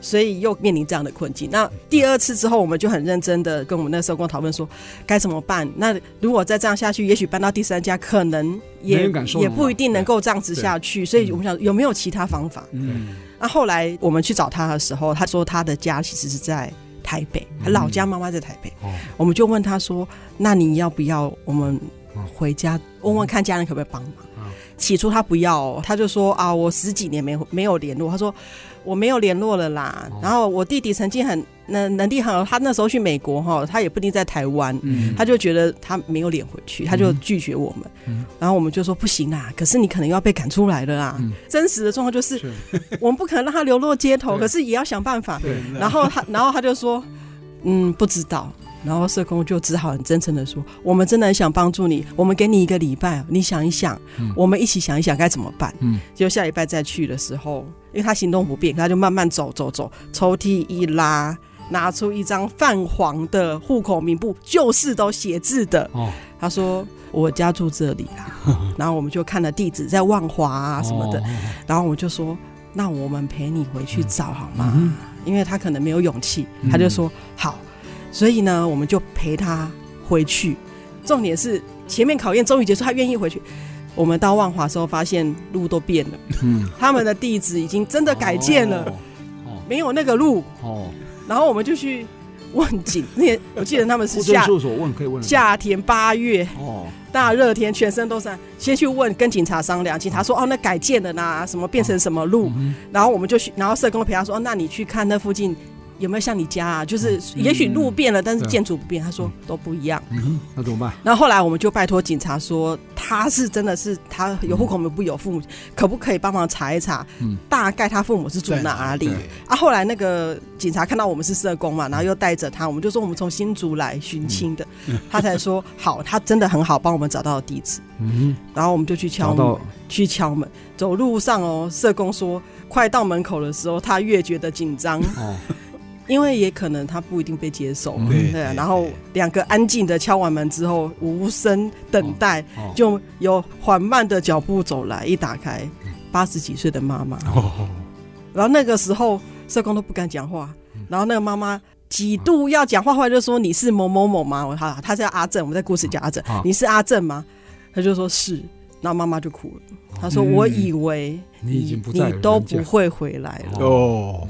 所以又面临这样的困境。那第二次之后，我们就很认真的跟我们那社工讨论说该怎么办。那如果再这样下去，也许搬到第三家，可能
没
也
人敢收
也
容
不
了
一定能够这样子下去。所以我们想有没有其他方法？
嗯，
那后来我们去找他的时候，他说他的家其实是在台北，他老家妈妈在台北。
哦
我们就问他说：“那你要不要我们
嗯
回家问问看家人可不可以帮忙
嗯？”
起初他不要、哦，他就说：“啊，我十几年没没有联络。”他说：“我没有联络了啦。
哦
然后我弟弟曾经很能能力很好，他那时候去美国哈、他也不一定在台湾。
嗯，
他就觉得他没有脸回去，
嗯
他就拒绝我们，然后我们就说不行啦，可是你可能要被赶出来了啦。
嗯
真实的状况就是，
是，
我们不可能让他流落街头，
对
可是也要想办法。
对，
然后 他，然后他就说，嗯，不知道。然后社工就只好很真诚的说，我们真的很想帮助你，我们给你一个礼拜，你想一想，
嗯
我们一起想一想该怎么办。
嗯
结果下礼拜再去的时候，因为他行动不便，他就慢慢走走走，抽屉一拉。拿出一张泛黄的户口名簿，就是都写字的。
哦，
他说：“我家住这里啦。” 然后我们就看了地址，在万华啊什么的。
哦，
然后我就说：“那我们陪你回去找好吗？”因为他可能没有勇气，他就说：“好。”所以呢，我们就陪他回去。重点是前面考验终于结束，他愿意回去。我们到万华的时候，发现路都变了，
嗯，
他们的地址已经真 的改建了，
哦
没有那个路。
哦，哦，
然后我们就去问警，那天我记得他们是
户政
夏
事务所问可以问得到，
夏天八月
哦，
大热天，全身都是汗。先去问跟警察商量，警察说哦，那改建了啦，什么变成什么路，
嗯
然后我们就去，然后社工陪他说，哦，那你去看那附近有没有像你家啊？就是也许路变了，但是
对
建筑不变。他说都不一样。
嗯，那怎么办？
然后后来我们就拜托警察说，他是真的是他有户口名簿有父母，可不可以帮忙查一查，
嗯
大概他父母是住
在
哪里
对？
啊，后来那个警察看到我们是社工嘛，然后又带着他，我们就说我们从新竹来寻亲的，他才说好，他真的很好，帮我们找到地址。
嗯，
然后我们就去
找
敲门
到，
去敲门。走路上哦，社工说，快到门口的时候，他越觉得 紧张，
哦，
因为也可能他不一定被接受。
嗯
对
对，然后两个安静的敲完门之后，无声等待，
哦
就有缓慢的脚步走来，一打开，八十几岁的妈妈，
嗯哦，
然后那个时候社工都不敢讲话，
嗯
然后那个妈妈。几度要讲话，后来就说你是某某某吗？我他他叫阿正，我们在故事叫阿正
啊，
你是阿正吗？他就说是，然后妈妈就哭了。他说：“我以为
哦嗯你已经不在了
你都
人家
不会回来了。
哦，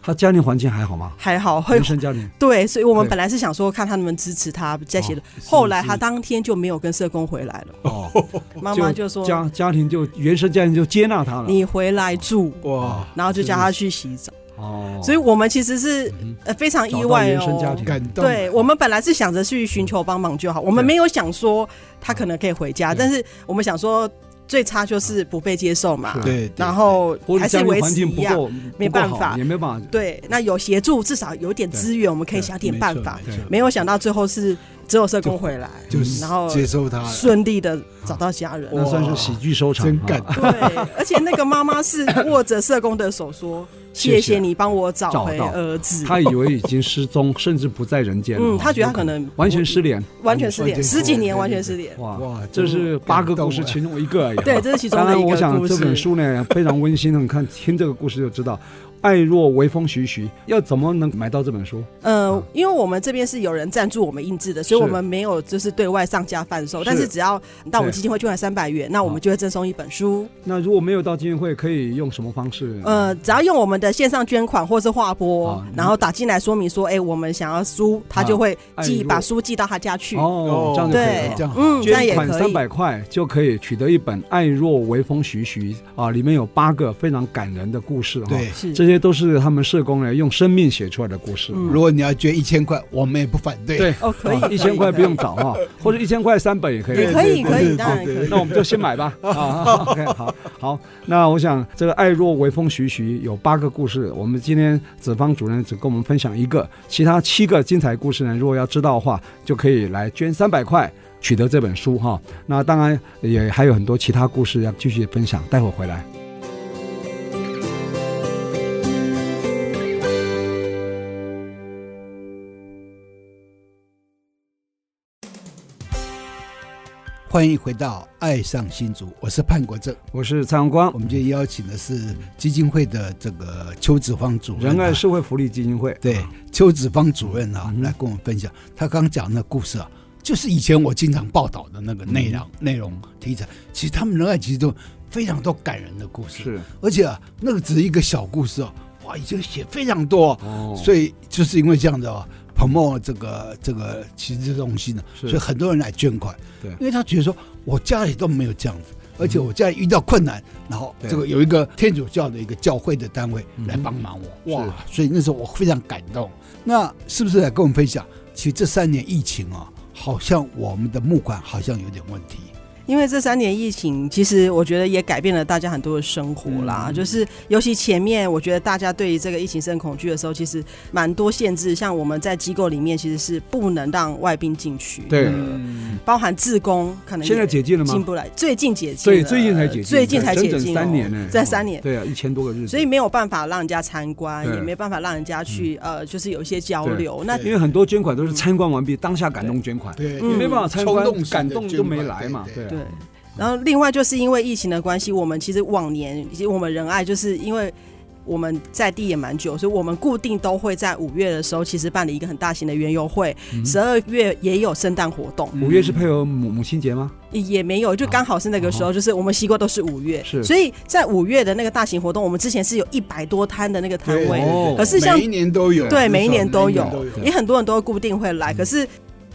他家庭环境还好吗？
还好会
原生家庭
对，所以我们
对
本来是想说看他们支持他在写的，
是
后来他
是
当天就没有跟社工回来了，
哦，
妈妈就说
家家庭就原生家庭就接纳他了，
你回来住，
哇，
然后就叫他去洗澡。
哦，
所以我们其实是
嗯
呃非常
找
意
到
外
原生家
哦
庭。
感动，啊
对我们本来是想着去寻求帮忙就好，我们
对
没有想说他可能可以回家，
对
但是我们想说最差就是不被接受嘛
是，
对，对
然后
或者
还
家
是
庭
维
环
持
境
一
不
样。
够，
没
不够
办
好
法
也没办法，
对，那有协助，至少有点资源，我们可以想点办法。
没错
没有想到最后是只有社工回来，
就
然后
接受他了，
顺利的找到家人。
那算是喜剧收场，
真感
啊
动，
对，而且那个妈妈是握着社工的手说：“谢谢你帮我找回
找到
儿子。”
他以为已经失踪，甚至不在人间了。
嗯，他觉得他
有
可能
完全失联。哦
完全失
完
联，
全失
十几
联
年
对
完
对
全
对
失联。
哇，
哇，
这是八个
感动
故事
啊
其中一个而已。
对，这是其中
当
的
然，
一
我
个
想
故
这本
事。
书 呢非常温馨。你看听这个故事就知道，爱若微风徐徐，要怎么能买到这本书？
呃，因为我们这边是有人赞助我们印制的，所以
是
我们没有就是对外上架贩售，但
是
是只要到我
对
们基金会捐款三百元，那我
好
们就会赠送一本书。
那如果没有到基金会，可以用什么方式？
呃，，只要用我们的线上捐款或是划拨
啊，
然后打进来说明说，哎，我们想要书，他就会
啊哎
寄
如
把书寄到他家去。
哦，这样就可以
对
了。
这样好
嗯，这样
捐
也
款
可
三
以。
百块就可以取得一本《爱若微风徐徐》啊，里面有八个非常感人的故事哈。
对。
是
这些都是他们社工呢用生命写出来的故事。
嗯
如果你要捐一千块，我们也不反对。
对，
哦，可以，可
啊
以
一千块不用，找 啊，或者一千块三本也可以
也。可
对
以，
对
可以，
对
当然可
对
以。
那我们就先买 吧。啊，OK，好好。那我想这个《爱若微风徐徐》有八个故事，我们今天子芳主任只跟我们分享一个，其他七个精彩故事呢，如果要知道的话，就可以来捐三百块。取得这本书哈，那当然也还有很多其他故事要继续分享，待会儿回来。
欢迎回到《爱上新竹》，我是潘国正。
我是蔡阳光
我，们今天邀请的是基金会的这个邱子芳主任、啊，
仁爱社会福利基金会。啊
对邱子芳主任啊，
嗯
来跟我们分享他刚讲的故事啊，就是以前我经常报道的那个内容、
嗯
内容题材。其实他们仁爱其实都非常多感人的故事，
是
而且啊，那个只是一个小故事哦、哇，已经写非常多、哦，
哦
所以就是因为这样子哦、彭茂这个这个其实这东西呢，
是
所以很多人来捐款，
对
因为他觉得说我家里都没有这样子，而且我家里遇到困难，然后
对
这个有一个天主教的一个教会的单位
嗯
来帮忙我，
是
哇！所以那时候我非常感动。那是不是来跟我们分享？其实这三年疫情啊，好像我们的募款好像有点问题，
因为这三年疫情，其实我觉得也改变了大家很多的生活啦。
嗯
就是尤其前面，我觉得大家对于这个疫情生恐惧的时候，其实蛮多限制。像我们在机构里面，其实是不能让外宾进去，
对，
包含志工可能也
现在解禁了吗？
进不来。最近解禁了，
对，最近才解禁，
最近才解
整整
禁哦，
三年呢，
在三年。
对啊，一千多个日子。
所以没有办法让人家参观，
对嗯
也没办法让人家去、呃，就是有一些交流。那
因为很多捐款都是参观完毕，当下感动捐款，
对
你
嗯
没办法参观
冲动，型的
感动就没
捐款
来嘛，
对
啊
对。然后另外就是因为疫情的关系，我们其实往年以及我们仁爱，就是因为我们在地也蛮久，所以我们固定都会在五月的时候，其实办理一个很大型的园游会，
嗯
十二、月也有圣诞活动。
五月是配合母母亲节吗？
也没有，就刚好是那个时候，就是我们西瓜都是五月，
哦是
所以在五月的那个大型活动，我们之前是有一百多摊的那个摊
对
位，
哦
可是像
每一年都有，
对，每一年都有
每
嗯
一 年，
也很多人都固定会来。可是，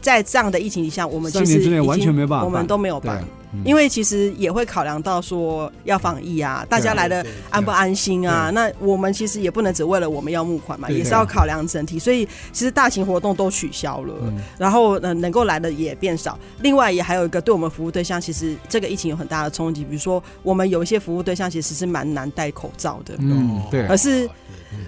在这样的疫情底下，我们
三
其
年
实
之内
已
完
经
全没办法
我们
办
都没有办
对。
因为其实也会考量到说要防疫啊，大家来的
对对
安不安心啊？那我们其实也不能只为了我们要募款嘛，
对
也是要考量整体。所以其实大型活动都取消了，然后呢能够来的也变少。另外也还有一个对我们服务对象，其实这个疫情有很大的冲击。比如说我们有一些服务对象其实是蛮难戴口罩的，
嗯，
哦
对
而，是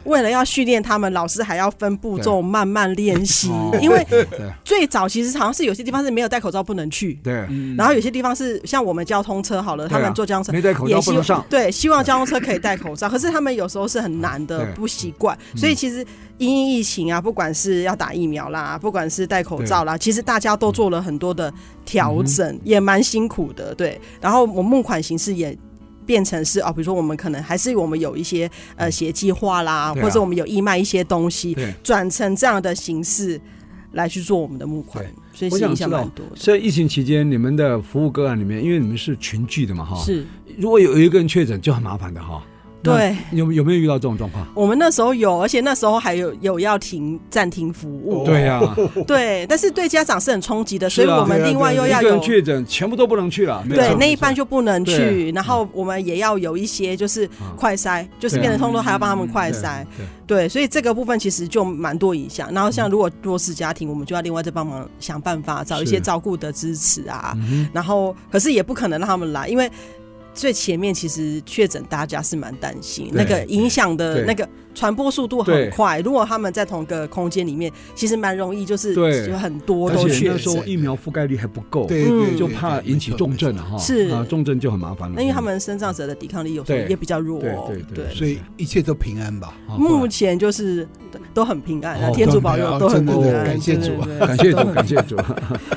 为了要训练他们，老师还要分步骤慢慢练习，
哦
因为
对
最早其实好像是有些地方是没有戴口罩不能去，
对，
然后有些地方是像我们交通车好了，
嗯
他
对
们
啊
坐交通车
没戴口罩
也希
不能上。
对，希望交通车可以戴口罩，可是他们有时候是很难的
对，嗯
不习惯。所以其实因应疫情啊，不管是要打疫苗啦，不管是戴口罩啦，其实大家都做了很多的调整，
嗯
也蛮辛苦的。对，然后我募款形式也。变成是啊，比如说我们可能还是我们有一些呃协计划啦，
嗯对啊
或者我们有义卖一些东西
对，
转成这样的形式来去做我们的募款
对，
所以
我
是
想
影
知
响蛮
道
多，的。
在疫情期间，你们的服务个案里面，因为你们是群聚的嘛，哈，
是，
如果有一个人确诊就很麻烦的哈。哦那
对，
有有没有遇到这种状况？
我们那时候有，而且那时候还有有要停暂停服
哦
务，
对呀，
对，但是对家长是很冲击的，所以
哦是啊
我们
对啊
另外
对啊
又
一
要
个人
有。
确诊，全部都不能去了。没
对，
错
那一半就不能
对
去，然后我们也要有一些就是
嗯
快筛，就是变成通通还要帮他们快筛，，
对嗯
对，所以这个部分其实就蛮多影响。然后像如果弱势家庭，我们就要另外再帮忙想办法找一
是
些照顾的支持啊，
嗯
然后可是也不可能让他们来，因为最前面其实确诊大家是蛮担心，
对
那个影响的
对
那个传播速度
对
很快，如果他们在同一个空间里面，其实蛮容易就是
对
有很多
而
都
且
确
那
诊
时候疫苗覆盖率还不够，
对
嗯
对，对
就怕引起重。症
对
了哈。
是
啊，重症就很麻烦了。
那因为他们身障者的抵抗力有时候
对
也比较弱、
对
哦，
对对
所以一切都平安吧。
啊
目前就是都都很平安，
哦
天主保佑都
真
很
的
平
对
安，
感谢主啊
对
感谢 主，感谢主。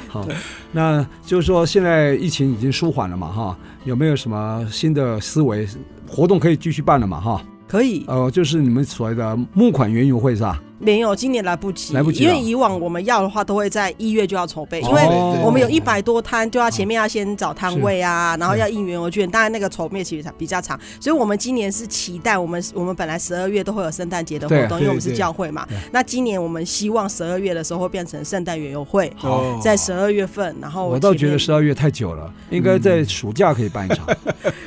好，那就是说现在疫情已经舒缓了嘛，哈，有没有什么新的思维活动可以继续办了嘛，哈？
可以。
呃，就是你们所谓的募款园游会是吧？
没有，今年来不及，
来不及
因
了
为以往我们要的话都会在一月就要筹备，因为
哦
我们有
对
一百多摊，就要前面要先找摊位啊，然后要应援邮券，当然那个筹备期比较长，所以我们今年是期待我们我们本来十二月都会有圣诞节的活
对
动，因为我
对
们是
对
教会嘛，那今年我们希望十二月的时候会变成圣诞园游会，
哦
在十二月份，然后
我倒
哦前
觉得
面
十二月太久了，应该在暑假可以办一场。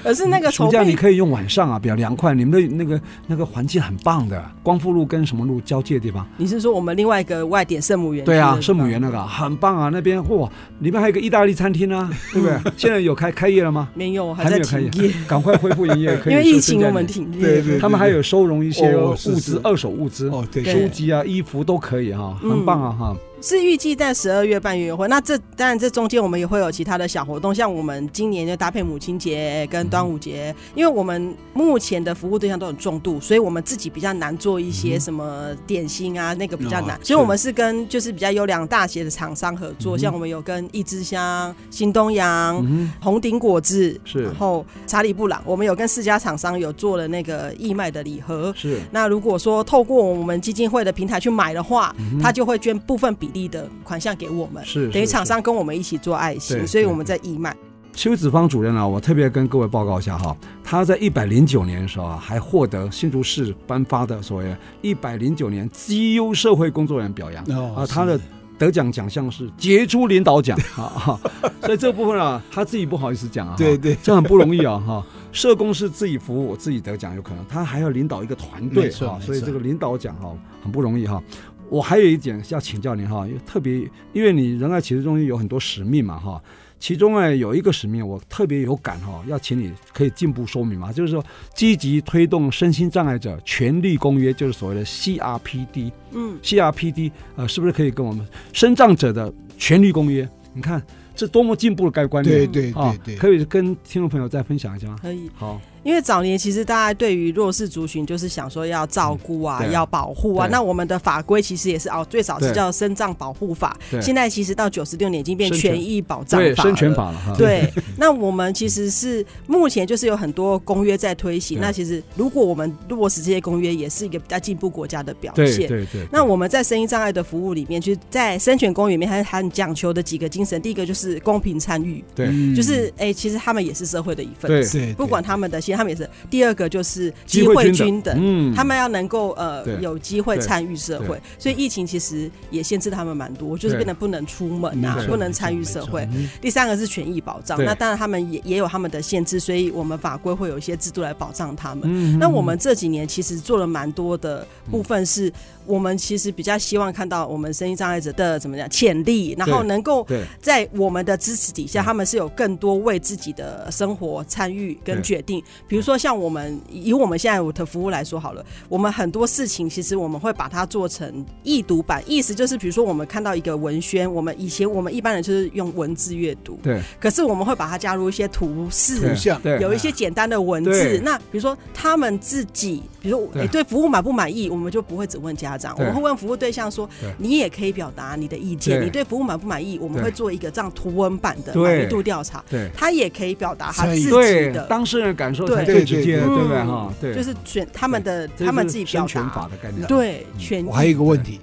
可 是那个筹
暑假
备
你可以用晚上啊，比较凉快。你们的那个那个环境很棒的，光复路跟什么路交界的地方？
你是说我们另外一个外点圣母园区的
对
地方？
啊，圣母园那个很棒啊，那边哇，里面还有一个意大利餐 厅啊，对不对？现在有开开业了吗？
没有，还
还没
在
有开
停
业
业，，
赶快恢复营业。可以
因为疫
是增
情
加
我们
你
停业。
对对，
他们还有收容一些
哦
物
是是
资，二手物资、
哦，对，
书
对
籍啊、衣服都可以哈，很
嗯
棒啊哈。
是预计在十二月办园游会，那这当然这中间我们也会有其他的小活动，像我们今年就搭配母亲节跟端午节，因为我们目前的服务对象都很重度，所以我们自己比较难做一
嗯
些什么点心啊，那个比较难，
哦
所以我们是跟就是比较优良大学的厂商合作，像我们有跟一枝香、新东阳、
嗯
红顶果汁，
是
然后查理布朗，我们有跟四家厂商有做了那个义卖的礼盒
哼，，是
那如果说透过我们基金会的平台去买的话，他就会捐部分比例的款项给我们，
嗯是
等于
是
厂商跟我们一起做爱
对
心，所以
对
我们在义卖。
邱子芳主任啊，我特别跟各位报告一下哈，他在一百零九年的时候啊，还获得新竹市颁发的所谓一百零九年绩优社会工作人员表扬、
哦
啊，
是
他的得奖奖项是杰出领导奖啊哈，所以这部分啊，他自己不好意思讲啊，
对对
这很不容易 啊哈。社工是自己服务、自己得奖有可能，他还要领导一个团队
没错
啊，
没错
所以这个领导奖哈很不容易哈。我还有一点要请教您哈，因为特别因为你仁爱启示中心有很多使命嘛哈，其中哎有一个使命我特别有感哈，要请你可以进步说明嘛，就是说积极推动身心障碍者权利公约，就是所谓的 CRPD。
嗯，
CRPD 呃，是不是可以跟我们身障者的权利公约？你看这多么进步的概观念
对对
啊
对！对，
可以跟听众朋友再分享一下吗？
可以。
好，
因为早年其实大家对于弱势族群就是想说要照顾啊，
嗯对
要保护啊。
对
那我们的法规其实也是哦，最早是
对
叫《身障保护法
对》，
现在其实到九十六年已经变《
身权
权益保障
对，
法》
生权
了。
法了哈。
对，那我们其实是目前就是有很多公约在推行。
对
那其实如果我们落实这些公约，也是一个比较进步国家的表
对
现。
对对，
那我们在声音障碍的服务里面，就是在生权公园里面，还还很讲求的几个精神。第一个就是就是公平参与，
对
嗯
就是哎、其实他们也是社会的一份
对
子，
对，
不管他们的心，他们也是。第二个就是
机
机
会
会
均
均等，
嗯
他们要能够呃
对
有机会参与社
对
会，所以疫情其实也限制他们蛮多，就是
对
变得不能出门啊
没，错嗯
不能参与社会。第三个是权益保障，
对
那当然他们也也有他们的限制，所以我们法规会有一些制度来保障他们。
嗯
那我们这几年其实做了蛮多的部分是，我们其实比较希望看到我们声音障碍者的怎么讲潜力，然后
对
能够
嗯对嗯
在我们的支持底下，他们是有更多为自己的生活参与跟决定。比
嗯
如说，像我们以我们现在我的服务来说好了，我们很多事情其实我们会把它做成易读版，意思就是比如说我们看到一个文宣，我们以前我们一般人就是用文字阅读，
对
可是我们会把它加入一些图示
图。像
对
有一些简单的文
对
字，那比如说他们自己，比如说
对
诶对服务满不满意，我们就不会只问家长，我
对
们会问服务对象说
对，
你也可以表达你的意见，
对
你对服务满不满意，我们
对
会做一个这样图文版的
对
满意度调查，
对
他也可以表达他
所
自
以
己
对
的，
当事人感受
对
才最直接的，
对对
对不对
嗯
哈？对，
就是选他们的
这
他们
就是
自己表
宣传法
达，
的概念，
对
嗯
权益
我还有一个问题，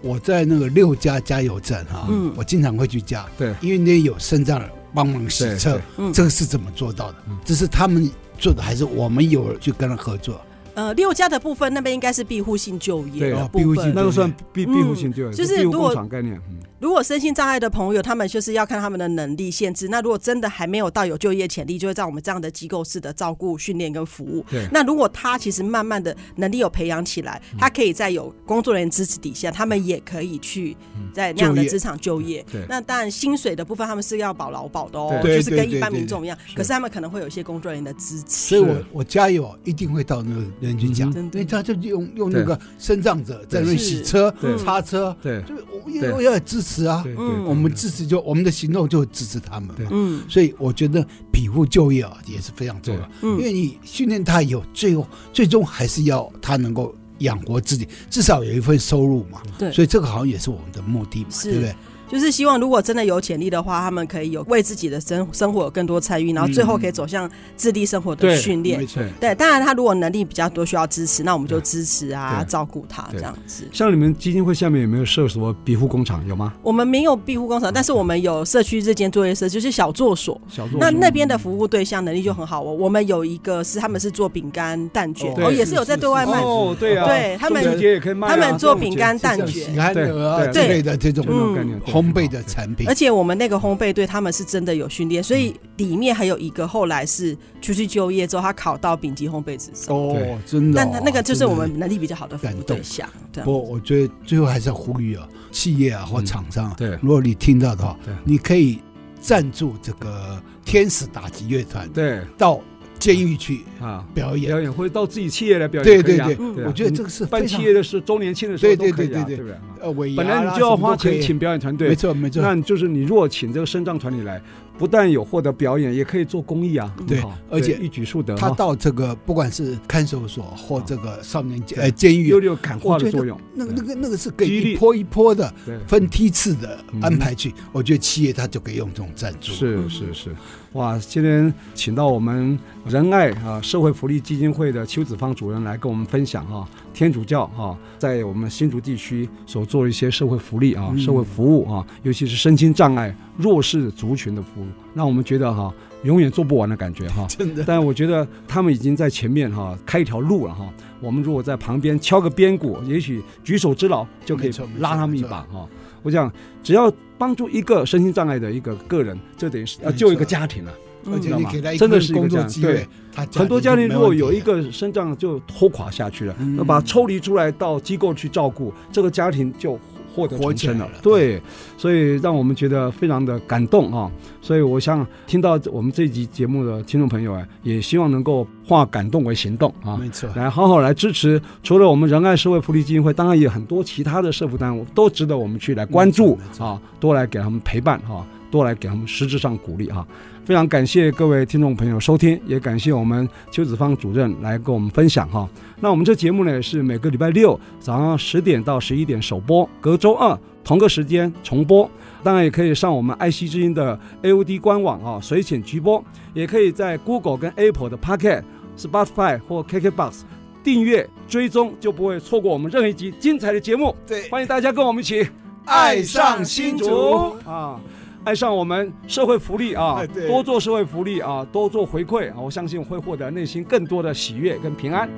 我在那个六家加油站哈、
嗯
我经常会去加，
对
因为那边有肾脏人帮忙洗
对嗯
车
对，
嗯
这个是怎么做到的？这是他们做的，还是我们有去跟他合作？
呃六家的部分那边应该是庇护性就业
对
的
哦庇
部
护性就
分
那
业。
个算庇庇护
嗯
性就业，
就是
庇护
如果
工厂概念，嗯
如果身心障碍的朋友，他们就是要看他们的能力限制。那如果真的还没有到有就业潜力，就会在我们这样的机构式的照顾、训练跟服务
对。
那如果他其实慢慢的能力有培养起来，
嗯
他可以在有工作人员支持底下，他们也可以去在那样的
就业
职场就业。
对
那当然，薪水的部分他们是要保劳保的哦，
对
就是
对
跟
对
一般
对
民众一样。
是
可是他们可能会有一些工作人员的支持。
所以我
是
我加油一定会到那个人群讲，
嗯
真
因
的
为他就用用那个身障者在那边洗
是
车
对、
擦车，
对
就我们
对
也要支持啊，
对对
嗯
对
我们支持就我们的行动就支持他们
对
嘛。
嗯，
所以我觉得庇护就业啊也是非常重要，
嗯
因为你训练他有最后最终还是要他能够养活自己，至少有一份收入嘛。
对
所以这个好像也是我们的目的嘛，
是
对不对？
就是希望如果真的有潜力的话，他们可以有为自己的生生活有更多参与，
嗯
然后最后可以走向自立生活的
对
训练
没。错。
对，当然他如果能力比较多，需要支持，那我们就
对
支持啊，
对
照顾他
对
这样子。
像你们基金会下面有没有设什么庇护工厂？有吗？
我们没有庇护工厂，但是我们有社区日间作业社，就是小作所。
小作
那
所嗯
那边的服务对象能力就很好哦。我们有一个是他们是做饼干蛋卷，
对
哦，也是有在对外卖。
哦，对啊，
对他们
中秋节也可以卖啊，
他们做
端午节
饼干蛋
像
卷
喜憨儿啊
对
之
对
类的这种
就那种概念，对
烘焙的产品
而，且我们那个烘焙队，他们是真的有训练，所以里面还有一个后来是出去就业之后，他考到丙级烘焙执照。
哦，真的哦。
但他那个就是我
真的
们能力比较好的服务对象，对啊
不，我觉得最后还是要呼吁啊，企业啊或厂商啊，
对
如果你听到的话
对，
你可以赞助这个天使打击乐团
对
到监狱去
啊，
表
表
演。
演或者到自己企业来表演也可
对对
以啊，
对，
嗯
对啊
我觉得这个是
办
非
企
常
业的时候，周年庆的时候
对
都可以
对
啊，
对对
对不对啊？
呃尾牙
本
啦
来你就要花
什么
钱
都可以
请表演团
没
队，
错没错，
那就是你如果请这个深藏团体来，不但有获得表演，也可以做公益啊，
嗯
对
很好
而且
对一举数得
他
哈，
到这个不管是看守所或这个少年监呃监狱
有，有感化
我
的
觉
作
得
用，
那个
对
那个那个是可
激
以
励
一波一波的
对
分梯次的
嗯
安排去，我觉得企业它就可以用这种赞助。
是是是，哇！今天请到我们仁爱啊社会福利基金会的邱子芳主任来跟我们分享哈、天主教哈、在我们新竹地区所做的一些社会福利啊、
嗯
社会服务啊，尤其是身心障碍弱势族群的服务，让我们觉得哈、永远做不完的感觉哈、
真的，
但我觉得他们已经在前面哈、开一条路了哈、我们如果在旁边敲个边鼓，也许举手之劳就可以
没错没错
拉他们一把哈、我想，只要帮助一个身心障碍的一个个人，这等于是要呃
没
救一
错
个家庭了、
而且
嗯
你给他一
真的
份
是一个
工
这
作
样
机
对
会，他
很多
家
家
庭
庭
就
如果
没问题
有一
了
个身障就拖垮下去了，
嗯
那把它抽离出来到机构去照顾，这个家庭就获得
活
重
起
生
来
了
了。
对，所以让我们觉得非常的感动啊！所以我想听到我们这集节目的听众朋友啊，也希望能够化感动为行动啊。
没错，
来好好来支持，除了我们仁爱社会福利基金会，当然也有很多其他的社福单位都值得我们去来关注
没错
啊，多来给他们陪伴哈、啊，多来给他们实质上鼓励啊。非常感谢各位听众朋友收听，也感谢我们邱子芳主任来跟我们分享哈、那我们这节目呢是每个礼拜六早上十点到十一点首播，隔周二同个时间重播。当然也可以上我们爱惜之音的 AOD 官网啊，随选直播，也可以在 Google 跟 Apple 的 Pocket、Spotify 或 KKBox 订阅追踪，就不会错过我们任何一集精彩的节目。
对
欢迎大家跟我们一起
爱上新竹
啊！爱上我们社会福利啊
哎，对
多做社会福利啊，多做回馈啊，我相信会获得内心更多的喜悦跟平安。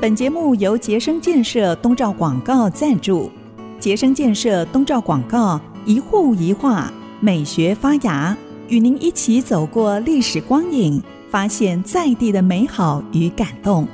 本节目由杰生建设东照广告赞助。杰生建设东照广告一户一画美学发芽，与您一起走过历史光影，发现在地的美好与感动。